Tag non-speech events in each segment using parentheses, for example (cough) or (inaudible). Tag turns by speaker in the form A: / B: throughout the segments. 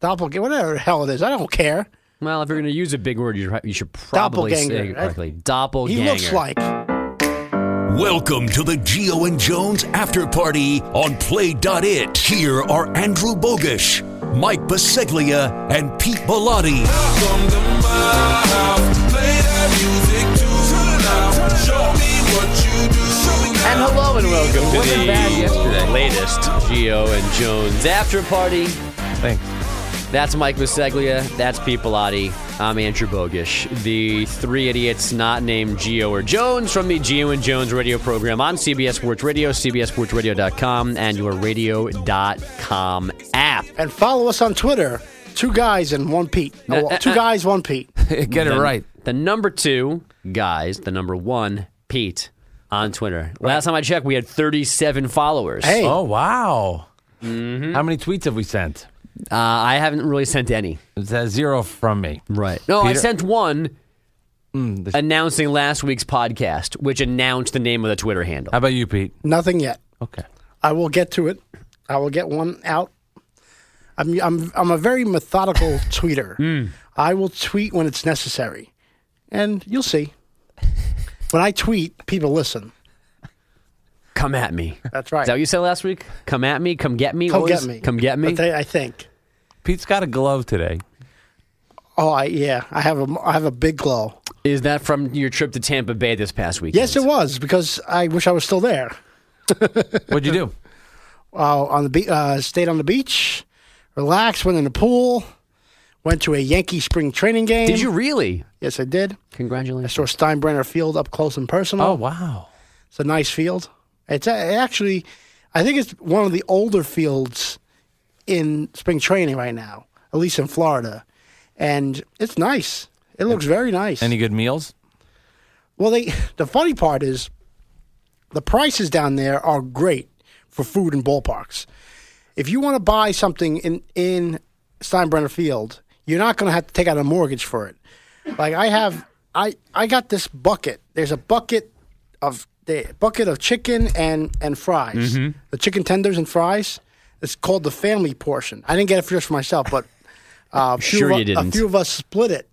A: doppelganger, whatever the hell it is. I don't care.
B: Well, if you're going to use a big word, you, you should probably say it
A: Doppelganger, right?
B: correctly. Doppelganger.
A: He looks like.
C: Welcome to the Geo and Jones After Party on Play.it. Here are Andrew Bogish, Mike Baseglia, and Pete Bellotti.
D: Welcome to my house. Play that music to now. Show me what you do.
E: And hello and welcome to
B: Wasn't bad yesterday.
E: the latest Geo and Jones After Party.
B: Thanks. That's Mike Biseglia. That's Pete Bellotti. I'm Andrew Bogish. The three idiots not named Geo or Jones from the Geo and Jones radio program on CBS Sports Radio, CBSSportsRadio.com, and your radio.com app.
A: And follow us on Twitter. Two guys and one Pete. No,
B: Uh, uh,
A: two
B: uh.
A: guys, one
B: (laughs)
A: Pete. (laughs)
E: Get it right.
B: The number two, guys, the number one, Pete, on Twitter. Last time I checked, we had 37 followers.
A: Hey,
F: Oh wow! How many tweets have we sent?
B: Uh, I haven't really sent any.
F: It's a zero from me.
B: Right. No, I
F: Peter-
B: sent one
A: Mm,
B: announcing last week's podcast, which announced the name of the Twitter handle.
F: How about you, Pete?
A: nothing yet.
F: Okay.
A: I will get to it. I will get one out. I'm I'm I'm a very
B: (laughs)
A: methodical tweeter.
B: Hmm.
A: I will tweet when it's necessary, and you'll see. When I tweet, people listen.
B: Come at me.
A: That's right.
B: Is that what you said last week? Come at me. Come get me.
A: Come
B: What
A: get
B: was-
A: me.
B: Come get me.
A: But they- I think.
F: Pete's got a glove today.
A: Oh, I, yeah. I have a I have a big glow.
B: Is that from your trip to Tampa Bay this past week?
A: Yes, it was because I wish I was still there.
F: What'd you do?
A: Uh, on the be- uh, stayed on the beach, relaxed, went in the pool, went to a Yankee spring training game.
B: Did you really?
A: Yes, I did. I
B: Congratulations.
A: saw Steinbrenner Field up close and personal.
F: (laughs) Oh wow!
A: It's a nice field. It's a, it actually, I think it's one of the older fields in spring training right now, at least in Florida, and it's nice. It looks very nice.
F: Any good meals?
A: Well, they (laughs) the funny part is the prices down there are great for food in ballparks. If you want to buy something in in Steinbrenner Field, you're not going to have to take out a mortgage for it. Like I have, I I got this bucket. There's a bucket of the bucket of chicken and and fries,
B: Mm-hmm.
A: the chicken tenders and fries. It's called the family portion. I didn't get it for just for myself, but uh, a few
B: Sure
A: of,
B: you
A: u-
B: didn't.
A: A few of us split it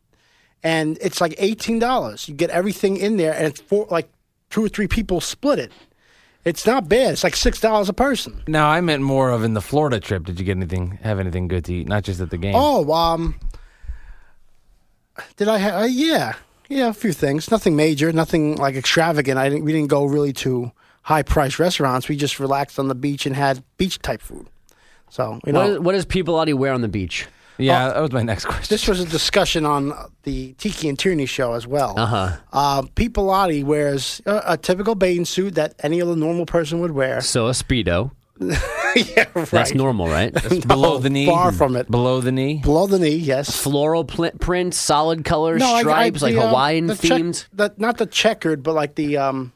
A: and it's like eighteen dollars. You get everything in there, and it's for like two or three people split it. It's not bad. It's like six dollars a person.
F: No, I meant more of in the Florida trip. Did you get anything? Have anything good to eat? Not just at the game.
A: Oh, um, did I? Ha- uh, yeah, yeah, a few things. Nothing major. Nothing like extravagant. I didn't. We didn't go really to high priced restaurants. We just relaxed on the beach and had beach type food. So you know,
B: What, is, what does people already wear on the beach?
F: yeah,
A: oh.
F: that was my next (laughs) question.
A: This was a discussion on the Tiki and Tierney show as well.
B: Uh-huh.
A: Uh, Pete Pilati wears a, a typical bathing suit that any other normal person would wear.
B: So a speedo.
A: (laughs) yeah, right.
B: That's normal, right?
A: (laughs)
F: below the knee.
A: Far from it.
F: Below the knee.
A: Below the knee, yes.
B: Floral pl- print, solid colors,
A: I- I-
B: stripes,
A: the,
B: like
A: um,
B: Hawaiian
A: the check-
B: themed.
A: the- not the checkered, but like the um,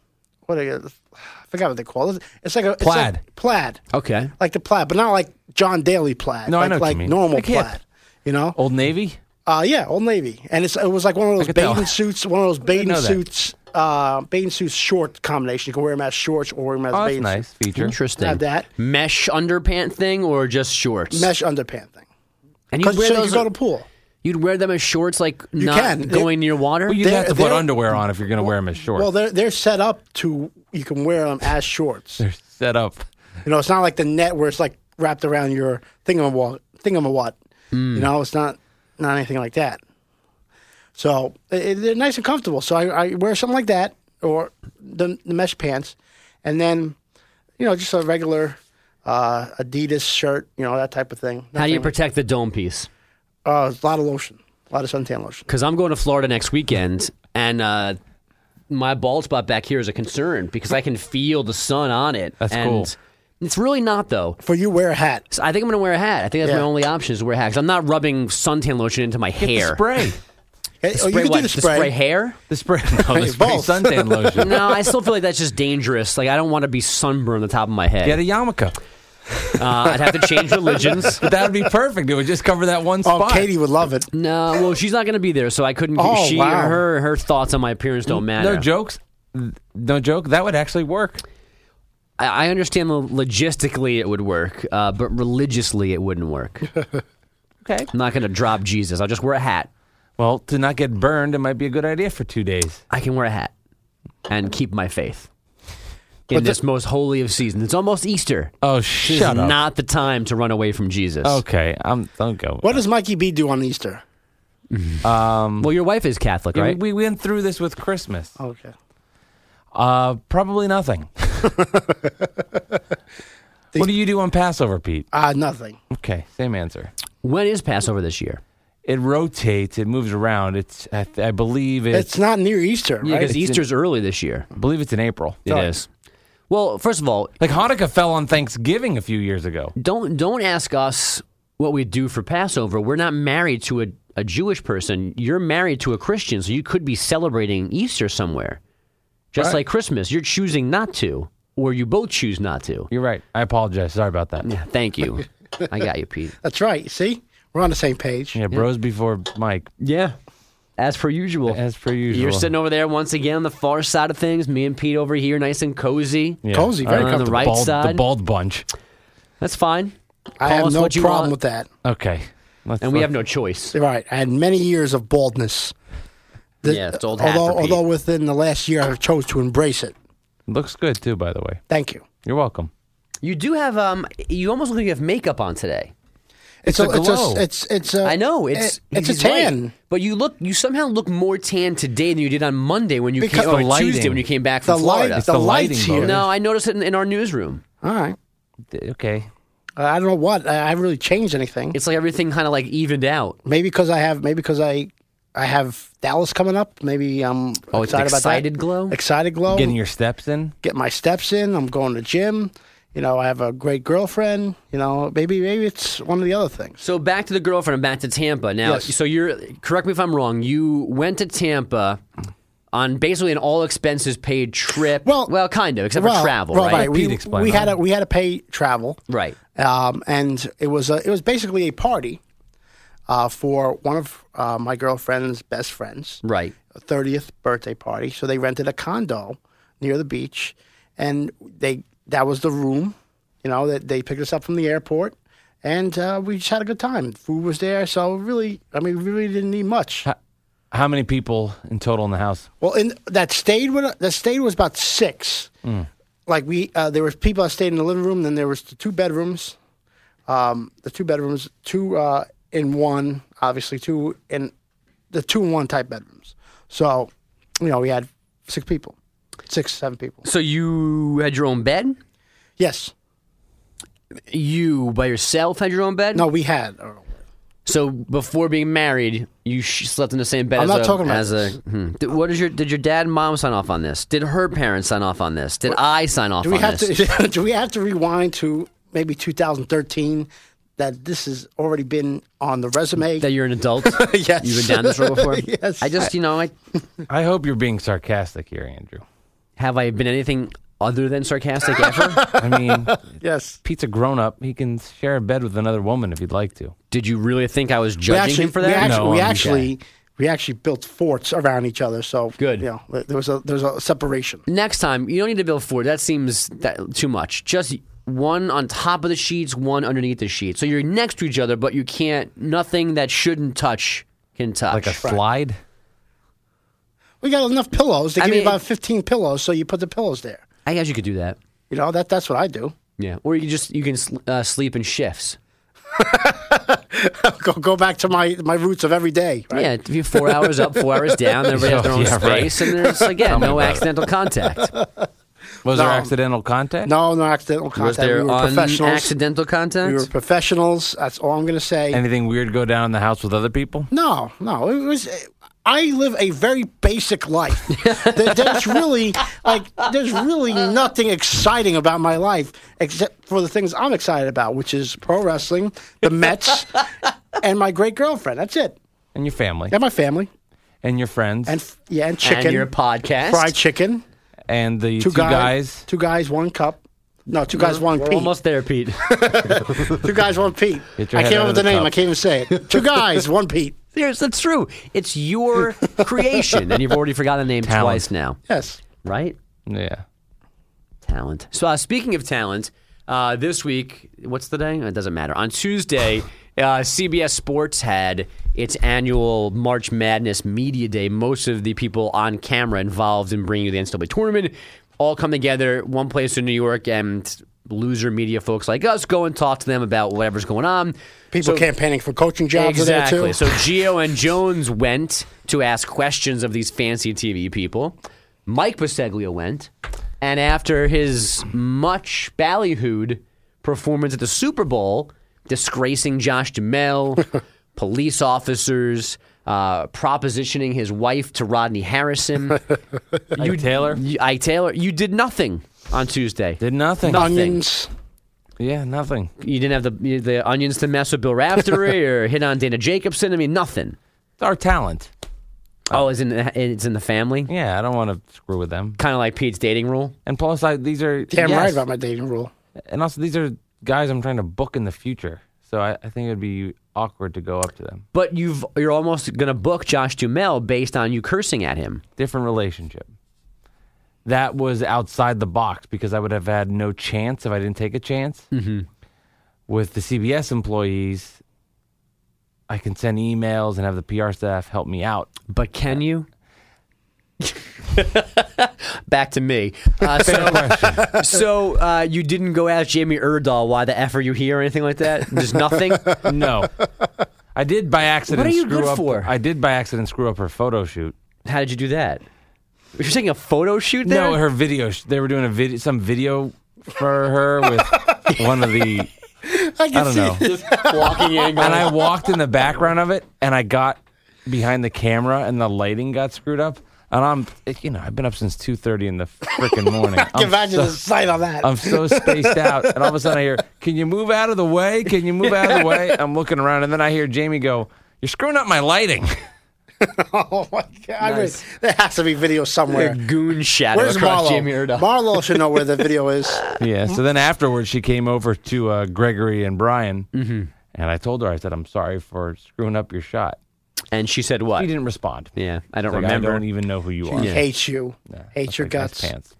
A: what are you, I forgot what they call it. It's like a it's
F: Plaid.
A: like plaid,
B: okay.
A: like the plaid, but not like John Daly plaid.
F: No, I
A: like,
F: know what you
A: like
F: mean.
A: normal
F: Like hip.
A: plaid. You know,
F: Old Navy.
A: Uh, yeah, Old Navy, and it's it was like one of those
F: could tell.
A: bathing suits, one of
F: (laughs)
A: those bathing
F: know that.
A: suits, uh, bathing suits short combination. You can wear them as shorts or wear them as
F: Oh, that's
A: bathing
F: nice
A: suits.
F: feature.
B: Interesting.
A: Have that.
B: mesh underpant thing or just shorts?
A: mesh underpant thing.
B: And you'd
A: Because
B: wear
A: so
B: those.
A: you go to pool.
B: you'd wear them as shorts, like not
A: can.
B: going near water.
F: Well, you'd
A: They're-
F: have to put
A: they're-
F: underwear on if you're going to wear them as shorts.
A: Well, they're they're set up to you can wear them as shorts. you
F: they're set up.
A: know, it's not like the net where it's like wrapped around your thingamawad. Thingamawad.
B: Hmm.
A: You know, it's not not anything like that. So it, it- they're nice and comfortable. So I, I wear something like that or the, the mesh pants, and then you know just a regular uh, Adidas shirt, you know that type of thing.
B: How do you
A: Nothing-
B: protect the dome piece?
A: Uh, a lot of lotion, a lot of suntan lotion.
B: Because I'm going to Florida next weekend, and uh, my bald spot back here is a concern because I can feel the sun on it.
F: That's
B: and
F: cool.
B: It's really not though.
A: For you, wear a hat.
B: So I think I'm going to wear a hat. I think that's my
A: Yeah.
B: only option is to wear a hat. 'cause I'm not rubbing suntan lotion into my hair.
F: Spray.
A: Hey, oh,
B: The
A: you
B: spray
A: can
B: what?
A: do the
B: The
A: spray.
B: hair.
A: (laughs)
F: The spray. No, the spray
A: Both. (laughs)
F: suntan lotion.
B: No, I still feel like that's just dangerous. Like I don't want to be sunburned on the top of my head.
F: Get a yarmulke.
B: Uh, I'd have to change
F: (laughs)
B: religions.
F: But that would be perfect. It would just cover that one
A: Oh,
F: spot.
A: Katie would love it.
B: No, well, she's not going to be there, so I couldn't.
A: Oh,
B: she
A: wow.
B: or her her thoughts on my appearance don't matter.
F: No jokes. No joke. That would actually work.
B: I, I
F: (laughs)
B: understand lo- logistically it would work, uh, but religiously it wouldn't work.
F: Okay.
B: I'm not going to drop Jesus. I'll just wear a hat.
F: Well, to not get burned, it might be a good idea for two days.
B: I can wear a hat and keep my faith in
A: the-
B: this most holy of seasons. It's almost Easter.
F: Oh,
B: This
F: shut
B: is
F: up.
B: not the time to run away from Jesus.
F: okay, I'm. Don't go.
A: What does Mikey B do on Easter?
B: Well, your wife is Catholic,
F: Yeah, we-
B: right?
F: we, went through this with Christmas.
A: Okay.
F: Uh, probably (laughs) nothing. what do you do on Passover, Pete?
A: Uh, nothing.
F: Okay, same answer.
B: when is Passover this year?
F: It rotates. It moves around. It's. I, th- I believe it's.
A: It's not near Easter,
B: Yeah,
A: right?
B: because
F: It's in-
B: Easter's early this year.
F: I believe it's in April.
B: It is. Well, first of all,
F: Like Hanukkah fell on Thanksgiving a few years ago.
B: don't don't ask us what we do for Passover. We're not married to a, a Jewish person. You're married to a Christian, so you could be celebrating Easter somewhere. Just
F: Right.
B: like Christmas, you're choosing not to, or you both choose not to.
F: You're right. I apologize. Sorry about that.
B: Yeah, Thank you. I got you, Pete.
A: That's right. See, we're on the same page.
F: Yeah, bros before Mike,
B: Yeah. As per usual.
F: as per usual.
B: You're sitting over there once again on the far side of things. Me and Pete over here, nice and cozy.
F: Yeah.
A: Cozy,
F: All
A: very
B: On the
A: comfortable.
B: right
F: bald,
B: side.
F: The bald bunch.
B: That's fine.
A: I
B: Call
A: have
B: us
A: no
B: what you
A: problem
B: want.
A: with that.
F: Okay. Let's,
B: And we have
F: let's-
B: no choice.
A: You're Right. I had many years of baldness. The-
B: Yeah, it's old hat
A: although,
B: for Pete.
A: although within the last year, I chose to embrace it.
F: Looks good too, by the way.
A: Thank you.
F: You're welcome.
B: You do have um you almost look like you have makeup on today.
A: It's,
F: a glow.
A: It's a, it's it's a.
B: I know it's
A: it- Uh, eh, it's a
B: he's right.
A: tan.
B: but you look you somehow look more tan today than you did on Monday when you
A: Because
B: came or
F: the lighting.
B: Tuesday when you came back
A: The
B: from
A: light.
B: Florida.
A: The,
F: It's the
A: lights
F: lighting,
A: here.
F: Bo.
B: no, I noticed it in, in our newsroom.
A: All right.
F: Okay.
A: I don't know what. I I haven't really changed anything.
B: It's like everything kind of like evened out.
A: maybe because I have. Maybe because I. I have Dallas coming up. Maybe I'm
B: Oh, it's
A: excited
B: excited
A: about that.
B: glow?
A: Excited glow.
F: Getting your steps in.
A: get my steps in. I'm going to gym. You know, I have a great girlfriend. You know, maybe maybe it's one of the other things.
B: So back to the girlfriend and back to Tampa. Now,
A: Yes.
B: so you're correct me if I'm wrong. You went to Tampa on basically an all expenses paid trip.
A: Well-
B: well, kind of, except
A: Well,
B: for travel,
A: well,
B: right?
A: We,
F: Pete explained
A: we had
F: that.
A: a, we had to pay travel,
B: Right.
A: um, and it was a, it was basically a party uh, for one of uh, my girlfriend's best friends,
B: Right.
A: a thirtieth birthday party. So they rented a condo near the beach, and they that was the room. You know that they picked us up from the airport, and uh, we just had a good time. Food was there, so really, I mean, we really didn't need much.
F: How many people in total in the house?
A: Well, in that stayed with that stayed was about six. Like we, uh, there was people that stayed in the living room. Then there was the two bedrooms, um, the two bedrooms, two uh, in one, obviously two in the two in one type bedrooms. So, you know, we had six people, six seven people.
B: So you had your own bed.
A: Yes.
B: You by yourself had your own bed.
A: No, we had. uh,
B: So before being married, you sh- slept in the same bed.
A: I'm
B: as
A: not
B: a,
A: talking about
B: as
A: this.
B: a. Hmm. Did, what is your? Did your dad and mom sign off on this? Did her parents sign off on this? Did I sign off
A: Do we
B: on
A: have
B: this?
A: to? (laughs) do we have to rewind to maybe 2013? That this has already been on the resume.
B: (laughs) that you're an adult.
A: (laughs) Yes.
B: You've been down this road before.
A: (laughs) Yes.
B: I just, you know, I
F: I hope you're being sarcastic here, Andrew.
B: Have I been anything other than
A: (laughs)
B: sarcastic ever?
F: I mean,
A: yes.
F: Pete's a grown up. He can share a bed with another woman if he'd like to.
B: Did you really think I was judging him for
A: We
B: that?
A: actually,
F: No,
A: we
F: I'm
A: actually, we actually built forts around each other. So
B: Good.
A: You know, there was a there was a separation.
B: Next time, you don't need to build four. That seems that, too much. Just one on top of the sheets, one underneath the sheet. So you're next to each other, but you can't. Nothing that shouldn't touch can touch.
F: Like a slide?
A: We got enough pillows. They
B: I
A: give
B: mean-
A: you about fifteen pillows, so you put the pillows there.
B: I guess you could do that.
A: You know that that's what I do.
B: Yeah, or you can just you can sl- uh, sleep in shifts.
A: (laughs) go go back to my my roots of every day. Right?
B: Yeah, if you four hours up, four
A: (laughs)
B: hours down. Everybody has their own
F: Yeah, right.
B: space, and there's again no accidental
A: (laughs)
B: contact.
F: Was there
A: No.
F: accidental contact?
A: No, no accidental contact.
B: Was there
A: we were professionals.
B: accidental contact?
A: We were professionals. That's all I'm going to say.
F: Anything weird go down in the house with other people?
A: No, no. It was. I live a very basic
F: (laughs)
A: life. There- there's really like there's really nothing exciting about my life except for the things I'm excited about, which is pro wrestling, the
F: (laughs)
A: Mets, and my great girlfriend. That's it.
F: And your family?
A: And my family,
F: And your friends?
A: and f- yeah, and chicken,
B: And your podcast.
A: fried chicken,
F: and the two,
A: guy-
F: guys?
A: two guys, one cup. No, two guys, one
B: We're
A: Pete.
B: almost
A: (laughs)
B: there, Pete.
A: Two guys, one Pete.
F: (laughs) Get your
A: I
F: head
A: came up
F: out of
A: with the
F: the
A: name.
F: cup.
A: I can't even say it.
F: (laughs)
A: Two guys, one Pete.
B: Serious, that's true. It's your creation, and you've already forgotten the name
F: Talent.
B: twice now,
A: Yes.
B: right?
F: Yeah.
B: Talent. So, uh, speaking of talent, uh, this week, what's the day? It doesn't matter. On Tuesday, Uh, CBS Sports had its annual March Madness Media Day. Most of the people on camera involved in bringing you the NCAA tournament all come together one place in New York, and loser media folks like us go and talk to them about whatever's going on.
A: People
B: So-
A: campaigning for coaching jobs
B: exactly.
A: are there too.
B: So Geo and Jones went to ask questions of these fancy TV people. Mike Baseglia went, and after his much ballyhooed performance at the Super Bowl, disgracing Josh Jamel, police officers, uh, propositioning his wife to Rodney Harrison,
F: You Taylor
B: you, I Taylor, you did nothing on Tuesday.
F: did nothing.
B: Nothing.
A: Onions.
F: Yeah, nothing.
B: You didn't have the the onions to mess with Bill Raftery or hit on Dana Jacobson. I mean, nothing.
F: Our talent.
B: Oh, it's in the, it's in the family.
F: Yeah, I don't want to screw with them.
B: Kind of like Pete's dating rule.
F: And plus, like these are
A: Damn
F: yes.
A: right about my dating rule.
F: And also, these are guys I'm trying to book in the future, so I, I think it would be awkward to go up to them.
B: But you've you're almost gonna book Josh Dumel based on you cursing at him.
F: Different relationship. That was outside the box because I would have had no chance if I didn't take a chance. Mm-hmm. With the CBS employees, I can send emails and have the PR staff help me out.
B: But can you? (laughs) Back to me. Uh, so (laughs) so uh, you didn't go ask Jamie Erdahl why the f are you here or anything like that. Just
F: (laughs)
B: nothing. (laughs)
F: No. I did by accident
B: What are you
F: screw
B: good
F: up
B: for?
F: I did by accident screw up her photo shoot.
B: How did you do that? You're taking a photo shoot there.
F: No, her video sh- they were doing a video some video for her
B: (laughs)
F: with one of the
A: I can
F: I don't
A: see.
F: know.
B: walking in.
F: And
A: Oh.
F: I walked in the background of it and I got behind the camera and the lighting got screwed up. And I'm, it- you know, I've been up since two thirty in the freaking morning.
A: (laughs) I can
F: I'm
A: imagine
F: so,
A: the sight on that.
F: (laughs) I'm so spaced out, and all of a sudden I hear, "Can you move out of the way? Can you move
A: (laughs)
F: out of the way?" I'm looking around, and then I hear Jamie go, "You're screwing up
A: (laughs)
F: my lighting."
A: (laughs) oh my god! I mean,
B: Nice.
A: there has to be video somewhere.
B: goon shadow
A: Where's
B: across
A: Marlo?
B: Jamie Erdahl.
A: Marlo should know where the video is.
F: Yeah. So then afterwards, she came over to uh, Gregory and Brian,
A: Mm-hmm.
F: and I told her, I said, "I'm sorry for screwing up your shot."
B: and she said what?
F: She didn't respond.
B: Yeah, I don't
F: Like,
B: remember.
F: I don't even know who you are.
A: He hates you. hates your
F: Like, nice
A: guts.
F: Pants.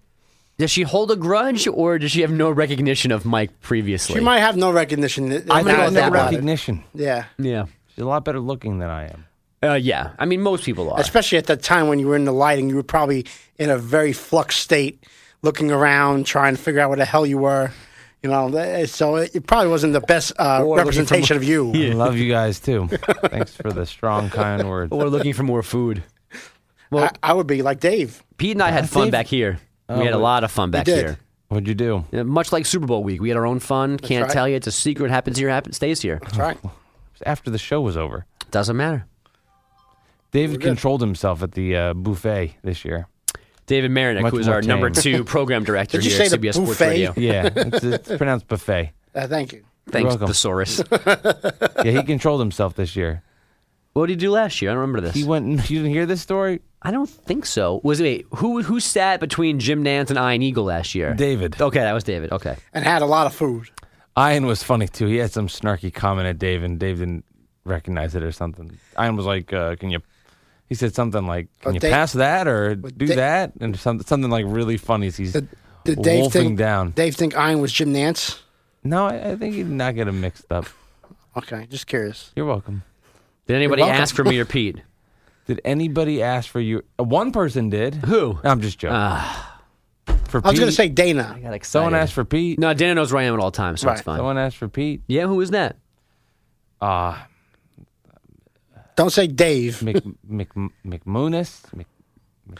B: Does she hold a grudge or does she have no recognition of Mike previously?
A: You might have no recognition.
B: I'm gonna
A: now
B: go
A: I
B: with
A: think
B: that
A: about it.
F: recognition.
A: Yeah,
B: yeah.
F: She's a lot better looking than I am.
B: Uh, yeah. I mean, most people are.
A: especially at that time when you were in the lighting, you were probably in a very flux state, looking around, trying to figure out where the hell you were. You know, th- eh, so it, it probably wasn't the best uh,
B: Or looking for
A: representation of you.
F: I love you
A: (laughs)
F: guys too. Thanks for the strong, kind words.
B: Or looking for more food.
A: I, I would be like Dave.
B: Pete and I had fun back here. we had a lot of fun back
A: did.
B: here.
F: What'd you do?
B: Uh, Much like Super Bowl week, we had our own fun. Can't
A: right.
B: tell you. It's a secret. Happens here, happens, stays here.
A: That's right.
F: It was after the show was over.
B: Doesn't matter.
F: David controlled himself at the uh, buffet this
A: (laughs)
F: year.
B: David Marinick,
F: Much
B: who is
F: more
B: our number
F: tame.
B: two program director
A: Did you
B: here at
A: say the
B: CBS Sports
A: buffet?
B: Radio.
F: Yeah, it's, it's pronounced buffet.
A: Uh, thank you.
B: Thanks,
F: welcome.
B: Thesaurus.
F: Yeah, he controlled himself this year.
B: what did he do last year? I don't remember this.
F: He went. and- You didn't hear this story,
B: I don't think so. Was it who who sat between Jim Nance and Ian Eagle last year?
F: David.
B: Okay, that was David. Okay.
A: And had a lot of food.
F: Ian was funny too. He had some snarky comment at Dave, and Dave didn't recognize it or something. Ian was like, uh, "Can you?" He said something like,
A: But
F: "Can you
A: Dave-
F: pass that or do
A: Da-
F: that?" And something, something like really funny. as He's
A: Did Dave
F: wolfing
A: think
F: down.
A: Dave think Iron was Jim Nance?
F: No, I, I think he did not get him mixed up.
A: Okay, just curious.
F: You're welcome.
B: Did anybody
A: welcome.
B: ask for me or Pete?
F: Did anybody ask for you? uh, One person did.
B: Who?
F: I'm just joking.
B: Ah.
F: for
A: Uh, I was going
F: Pete,
A: to say Dana.
B: Got excited.
F: someone asked for Pete.
B: No, Dana knows where I am at all times, so it's
A: Right.
B: fine.
F: Someone asked for Pete.
B: Yeah, who was that?
F: Ah,
A: Don't say Dave.
F: Mc, Mc, McMoonis. Mc, McDaniel?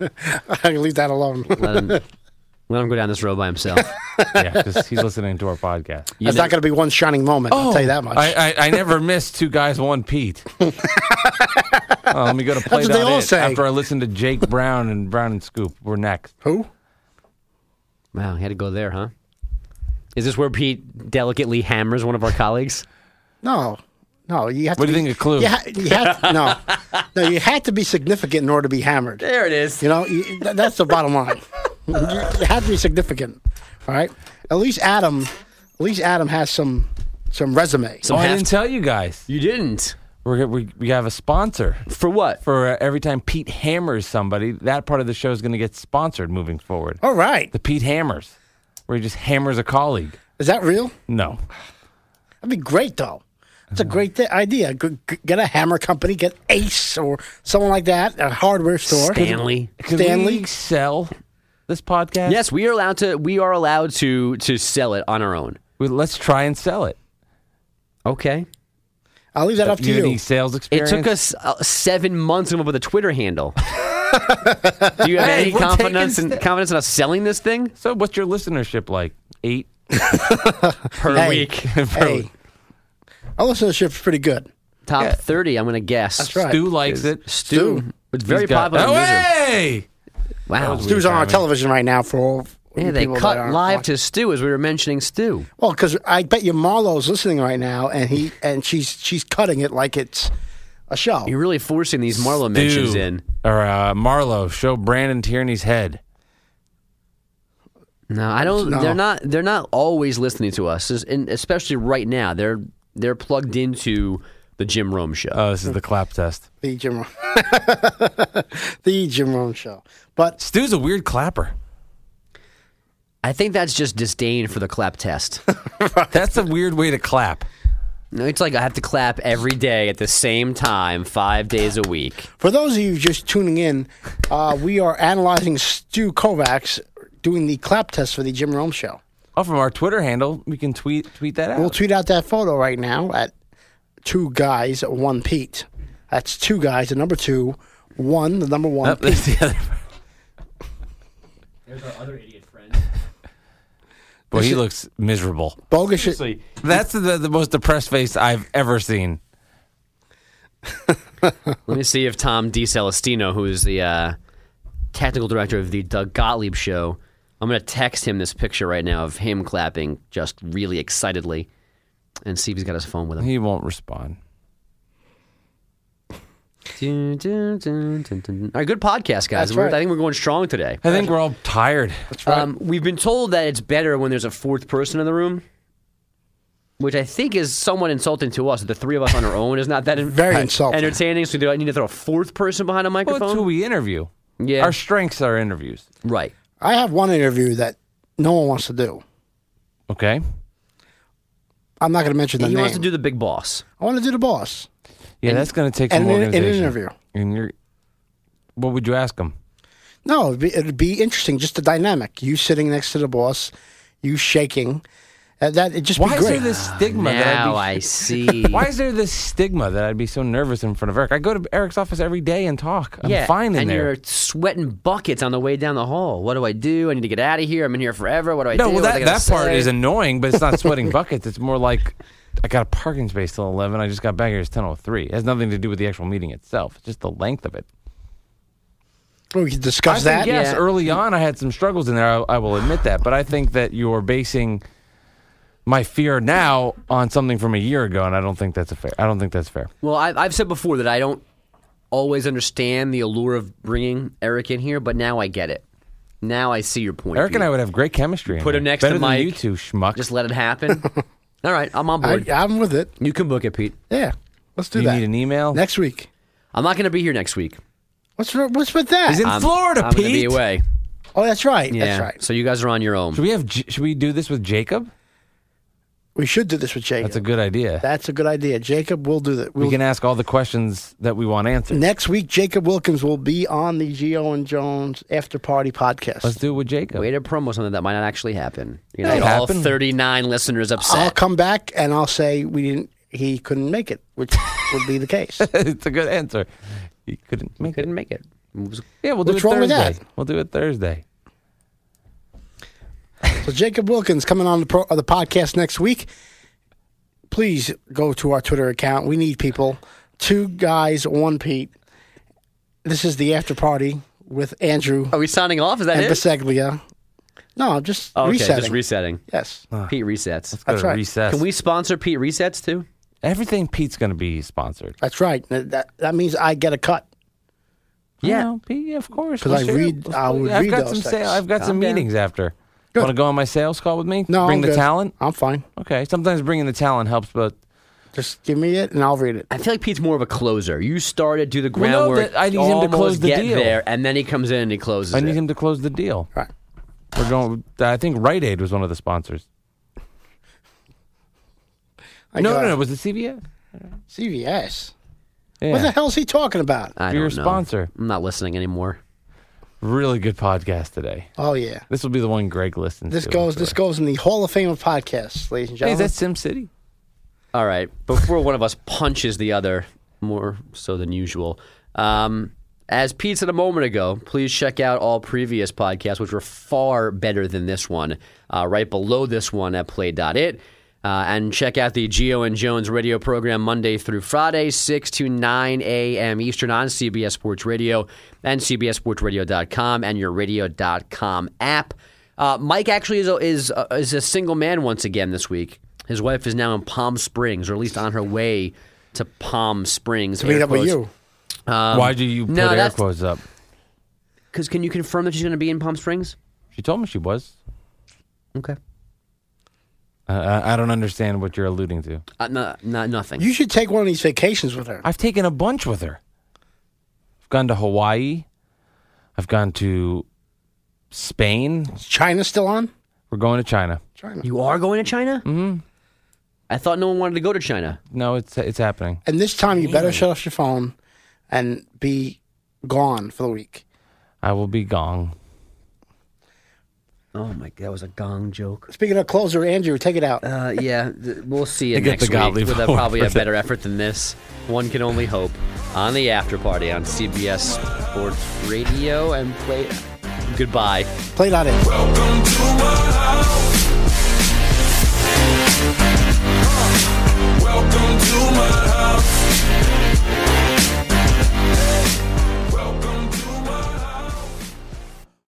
A: McMoonis. (laughs) I can leave that alone.
B: Let him, let him go down this road by himself.
F: yeah, because he's listening to
A: (laughs)
F: our podcast.
A: That's not going to be one shining moment. I'll tell you that much.
F: Oh, I, I, I never miss two guys,
A: (laughs)
F: one Pete. oh, let me go to play
A: what they all
F: it
A: say.
F: after I listen to Jake Brown and Brown and Scoop. We're next.
A: Who?
B: Wow, he had to go there, huh? Is this where Pete delicately hammers one of our colleagues?
A: No, no. You have
F: What
A: to
F: do you
A: be-
F: think of Clue?
A: You ha- you had-
F: (laughs)
A: no, no. You had to be significant in order to be hammered.
B: There it is.
A: You know, you, th- that's the bottom line. You, you had to be significant. All right. At least Adam, at least Adam has some some resume.
F: Oh,
B: Some
F: I
B: half-
F: didn't tell you guys.
B: you didn't.
F: We're, we, we have a sponsor.
B: For what?
F: For uh, every time Pete hammers somebody, that part of the show is going to get sponsored moving forward.
A: All right.
F: The Pete Hammers, where he just hammers a colleague.
A: Is that real?
F: No.
A: That'd be great, though. That's a
B: Uh-huh.
A: great th- idea. G- g- get a hammer company, get Ace or someone like that, a hardware store.
B: Stanley.
F: Can
A: Stanley?
F: we sell this podcast?
B: Yes, we are allowed to. We are allowed to to sell it on our own.
F: We- let's try and sell it.
B: Okay.
A: I'll leave that up to
F: you have any
A: you.
F: sales
B: It
F: experience?
B: took us uh, seven months to come up with a Twitter handle. Do you have
F: Hey,
B: any
F: we're
B: confidence in,
F: taking sta-
B: confidence in us selling this thing
F: So, what's your listenership like? Eight
A: (laughs)
B: per
A: Hey.
F: (laughs)
B: week?
A: Hey, our listenership's pretty good.
B: Top
F: Yeah.
B: thirty, I'm going to guess.
A: That's right.
F: Stu likes it.
B: Stu.
A: Stu.
B: It's very
F: He's got-
B: popular. on
F: Oh,
B: Blizzard.
F: hey!
B: Wow.
F: was
A: Stu's on our
F: timing.
A: television right now for all.
B: Yeah,
A: you
B: they
A: people that
B: cut
A: aren't
B: live
A: watching.
B: to Stu as we were mentioning Stu.
A: Well, because I bet you Marlo's listening right now, and he and she's she's cutting it like it's a show.
B: You're really forcing these Marlo mentions
F: Stu.
B: in.
F: Or uh, Marlo, show Brandon Tierney's head.
B: No, I don't.
A: No.
B: They're not. They're not always listening to us, es- and especially right now. They're they're plugged into the Jim Rome show.
F: Oh, this is the clap test.
A: The Jim Rome, (laughs) the Jim Rome show. But
F: Stu's a
A: (laughs)
F: weird clapper.
B: I think that's just disdain for the clap test.
F: That's a weird way to clap.
B: No, it's like I have to clap every day at the same time, five days a week.
A: for those of you just tuning in, uh, we are analyzing Stu Kovacs doing the clap test for the Jim Rome show.
F: Oh, from our Twitter handle, we can tweet tweet that out.
A: We'll tweet out that photo right now at two guys one Pete. That's two guys, the number two, one, the number one.
F: Oh, (laughs) that's the other.
B: There's our other idiot (laughs) friend.
F: Boy, (laughs) he looks miserable.
A: Bogus.
F: That's the, the most depressed face I've ever seen.
B: Let me see if Tom DeCelestino, who is the uh, technical director of the Doug Gottlieb show, I'm going to text him this picture right now of him clapping just really excitedly and see if he's got his phone with him.
F: He won't respond.
B: Dun, dun, dun, dun, dun. All right, good podcast, guys.
A: That's
B: We're-
A: right.
B: I think we're going strong today.
F: I think we're all tired.
B: Um, we've been told that it's better when there's a fourth person in the room, which I think is somewhat insulting to us. The three of us on our own is not that en- (laughs)
A: Very insulting.
B: entertaining. So do I need to throw a fourth person behind a
F: Well, it's who
B: microphone?
F: we interview.
B: Yeah.
F: Our strengths are interviews.
B: right.
A: I have one interview that no one wants to do.
F: Okay.
A: I'm not going to mention the
B: He
A: name.
B: wants to do the big boss.
A: I want to do the boss.
F: Yeah, that's going to take
A: and
F: some
A: in- in an
F: organization.
A: interview.
F: And you're, what would you ask him?
A: No, it'd be, it'd be interesting. Just the dynamic. You sitting next to the boss, you shaking. Uh, that it'd just
F: Why
A: be
F: is
A: great.
F: there this stigma? that (laughs) I'd
B: Now
F: be,
B: I see.
F: Why is there this stigma that I'd be so nervous in front of Eric? I go to Eric's office every day and talk. I'm
B: yeah,
F: fine in
B: and
F: there.
B: you're sweating buckets on the way down the hall. What do I do? I need to get out of here. I'm in here forever. What do I do?
F: No, well,
B: What are
F: that,
B: they gonna
F: that part
B: say?
F: is annoying, but it's not sweating buckets. It's more like I got a parking space till 11. I just got back here. It's 10.03. It has nothing to do with the actual meeting itself. It's just the length of it.
A: Well, we could discuss
F: I
A: that.
F: think, yes,
B: Yeah.
F: early on I had some struggles in there. I, I will admit that, but I think that you're basing my fear now on something from a year ago, and I don't think that's a fair. I don't think that's fair.
B: Well, I've, I've said before that I don't always understand the allure of bringing Eric in here, but now I get it. Now I see your point.
F: Eric and I
B: Pete.
F: would have great chemistry. in
B: Put him
F: here.
B: next
F: Better
B: to
F: than
B: Mike.
F: You two schmuck.
B: just let it
F: (laughs)
B: happen. All right, I'm on
A: I,
B: board.
A: I'm with it.
B: you can book it, Pete.
A: Yeah, let's do
F: you
A: that.
F: need an email.
A: next week.
B: I'm not going to be here next week.
A: What's wr- what's with that?
F: He's in
B: I'm,
F: Florida,
B: I'm gonna
F: Pete.
B: be away.
A: oh, that's right.
B: Yeah.
A: That's right.
B: So you guys are on your own.
F: Should we have? J- Should we do this with Jacob?
A: We should do this with Jacob.
F: That's a good idea.
A: That's a good idea. Jacob will do that.
F: we
A: We'll,
F: can ask all the questions that we want answered.
A: next week, Jacob Wilkins will be on the Geo and Jones After Party podcast.
F: Let's do it with Jacob.
B: Way to promo something that might not actually happen. You know,
F: It'll
B: all
F: happen.
B: 39 listeners
A: I'll
B: upset.
A: come back and I'll say we didn't. He couldn't make it, which would be the
F: (laughs)
A: case.
F: (laughs) it's a good answer. You couldn't make it.
B: Couldn't make it.
F: Oh.
B: It was-
F: Yeah, we'll do
A: What's
F: it
A: wrong with
F: Thursday.
A: that?
F: We'll do it Thursday.
A: So Jacob Wilkins coming on the, pro, uh, the podcast next week. Please go to our Twitter account. We need people. Two guys, one Pete. This is the after party with Andrew
B: Are we signing off? Is that
A: and
B: it? Oh,
A: Biseglia. No, I'm just
F: Oh,
B: okay,
A: resetting.
B: just resetting.
A: yes.
F: Ah.
B: Pete resets.
F: Go
A: That's
F: to
A: right.
F: recess.
B: Can we sponsor Pete resets too?
F: Everything Pete's going to be sponsored.
A: That's right. That, that- that means I get a cut.
B: Yeah.
F: Yeah, yeah, of course.
A: 'Cause
F: Let's
A: I
F: share-
A: read-
F: let's
A: I
F: play-
A: would
F: I've
A: read
F: got
A: those
F: some
A: things.
F: I've got some
B: down.
F: meetings after. Want to go on my sales call with me?
A: No,
F: bring
A: I'm
F: the
A: good.
F: talent.
A: I'm fine.
F: Okay, sometimes bringing the talent helps, but
A: Just give me it and I'll read it.
B: I feel like Pete's more of a closer. You started, do the
F: Well, no,
B: groundwork.
F: that- I need him to
B: almost
F: close the
B: get
F: deal.
B: there, and then he comes in and he closes
F: I need
B: it.
F: him to close the deal.
A: All right.
F: We're going. I think Rite Aid was one of the sponsors.
A: I
F: no,
A: got
F: no, no. Was it CBS?
A: CVS.
F: Yeah.
A: What the hell's he talking about?
B: I
F: You're
B: don't
F: a
B: know.
F: sponsor.
B: I'm not listening anymore.
F: Really good podcast today.
A: Oh yeah,
F: This will be the one Greg listens
A: this
F: to.
A: goes this goes in the Hall of Fame of podcasts, ladies and
F: Hey,
A: gentlemen.
F: is that Sim City?
B: All right. Before one of us punches the other, more so than usual. Um, as Pete said a moment ago, please check out all previous podcasts, which were far better than this one, uh, right below this one at play.it. Uh, and check out the Geo and Jones radio program Monday through Friday, 6 to 9 a.m. Eastern on CBS Sports Radio and CBSSportsRadio.com and your radio.com app. Uh, Mike actually is a, is, a, is a single man once again this week. His wife is now in Palm Springs, or at least on her way to Palm Springs.
A: Meet up with you.
F: Why do you put
B: no,
F: air
B: that's-
F: quotes up?
B: Because can you confirm that she's going to be in Palm Springs?
F: She told me she was.
B: Okay.
F: Uh, I I don't understand what you're alluding to.
B: Uh, no, not nothing.
A: You should take one of these vacations with her.
F: I've taken a bunch with her. I've gone to Hawaii. I've gone to Spain.
A: Is China still on?
F: We're going to China.
A: China.
B: You are going to China? Mm-hmm. I thought no one wanted to go to China.
F: No, it's it's happening.
A: And this time, you better shut off your phone and be gone for the week.
F: I will be gong.
B: Oh my god, that was a gong joke.
A: Speaking of closer, Andrew, take it out.
B: Uh, yeah, th- we'll see you
F: get
B: next week
F: the Gottlieb
B: with a,
F: Award
B: probably
F: for
B: a
F: that.
B: better effort than this. One can only hope. On the after party on CBS Sports Radio and play. Goodbye.
A: Play that in.
D: Welcome to my house. Uh, Welcome to my house.